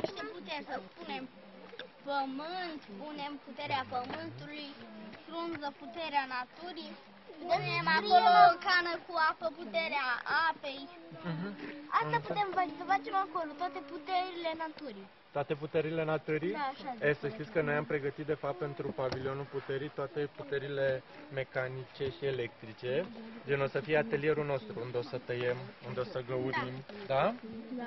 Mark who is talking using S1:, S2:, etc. S1: putem să spunem pământ, punem puterea pământului, frunză puterea naturii, punem acolo o cană cu apă puterea apei.
S2: Mhm.
S1: Asta putem face, să facem acolo, toate puterile naturii.
S2: Toate puterile naturii?
S1: Da, așa
S2: E, să știți că noi am pregătit de fapt pentru pavilionul puterii toate puterile mecanice și electrice. Gen o să fie atelierul nostru, unde o să tăiem, unde o să găurim, da?
S1: Da.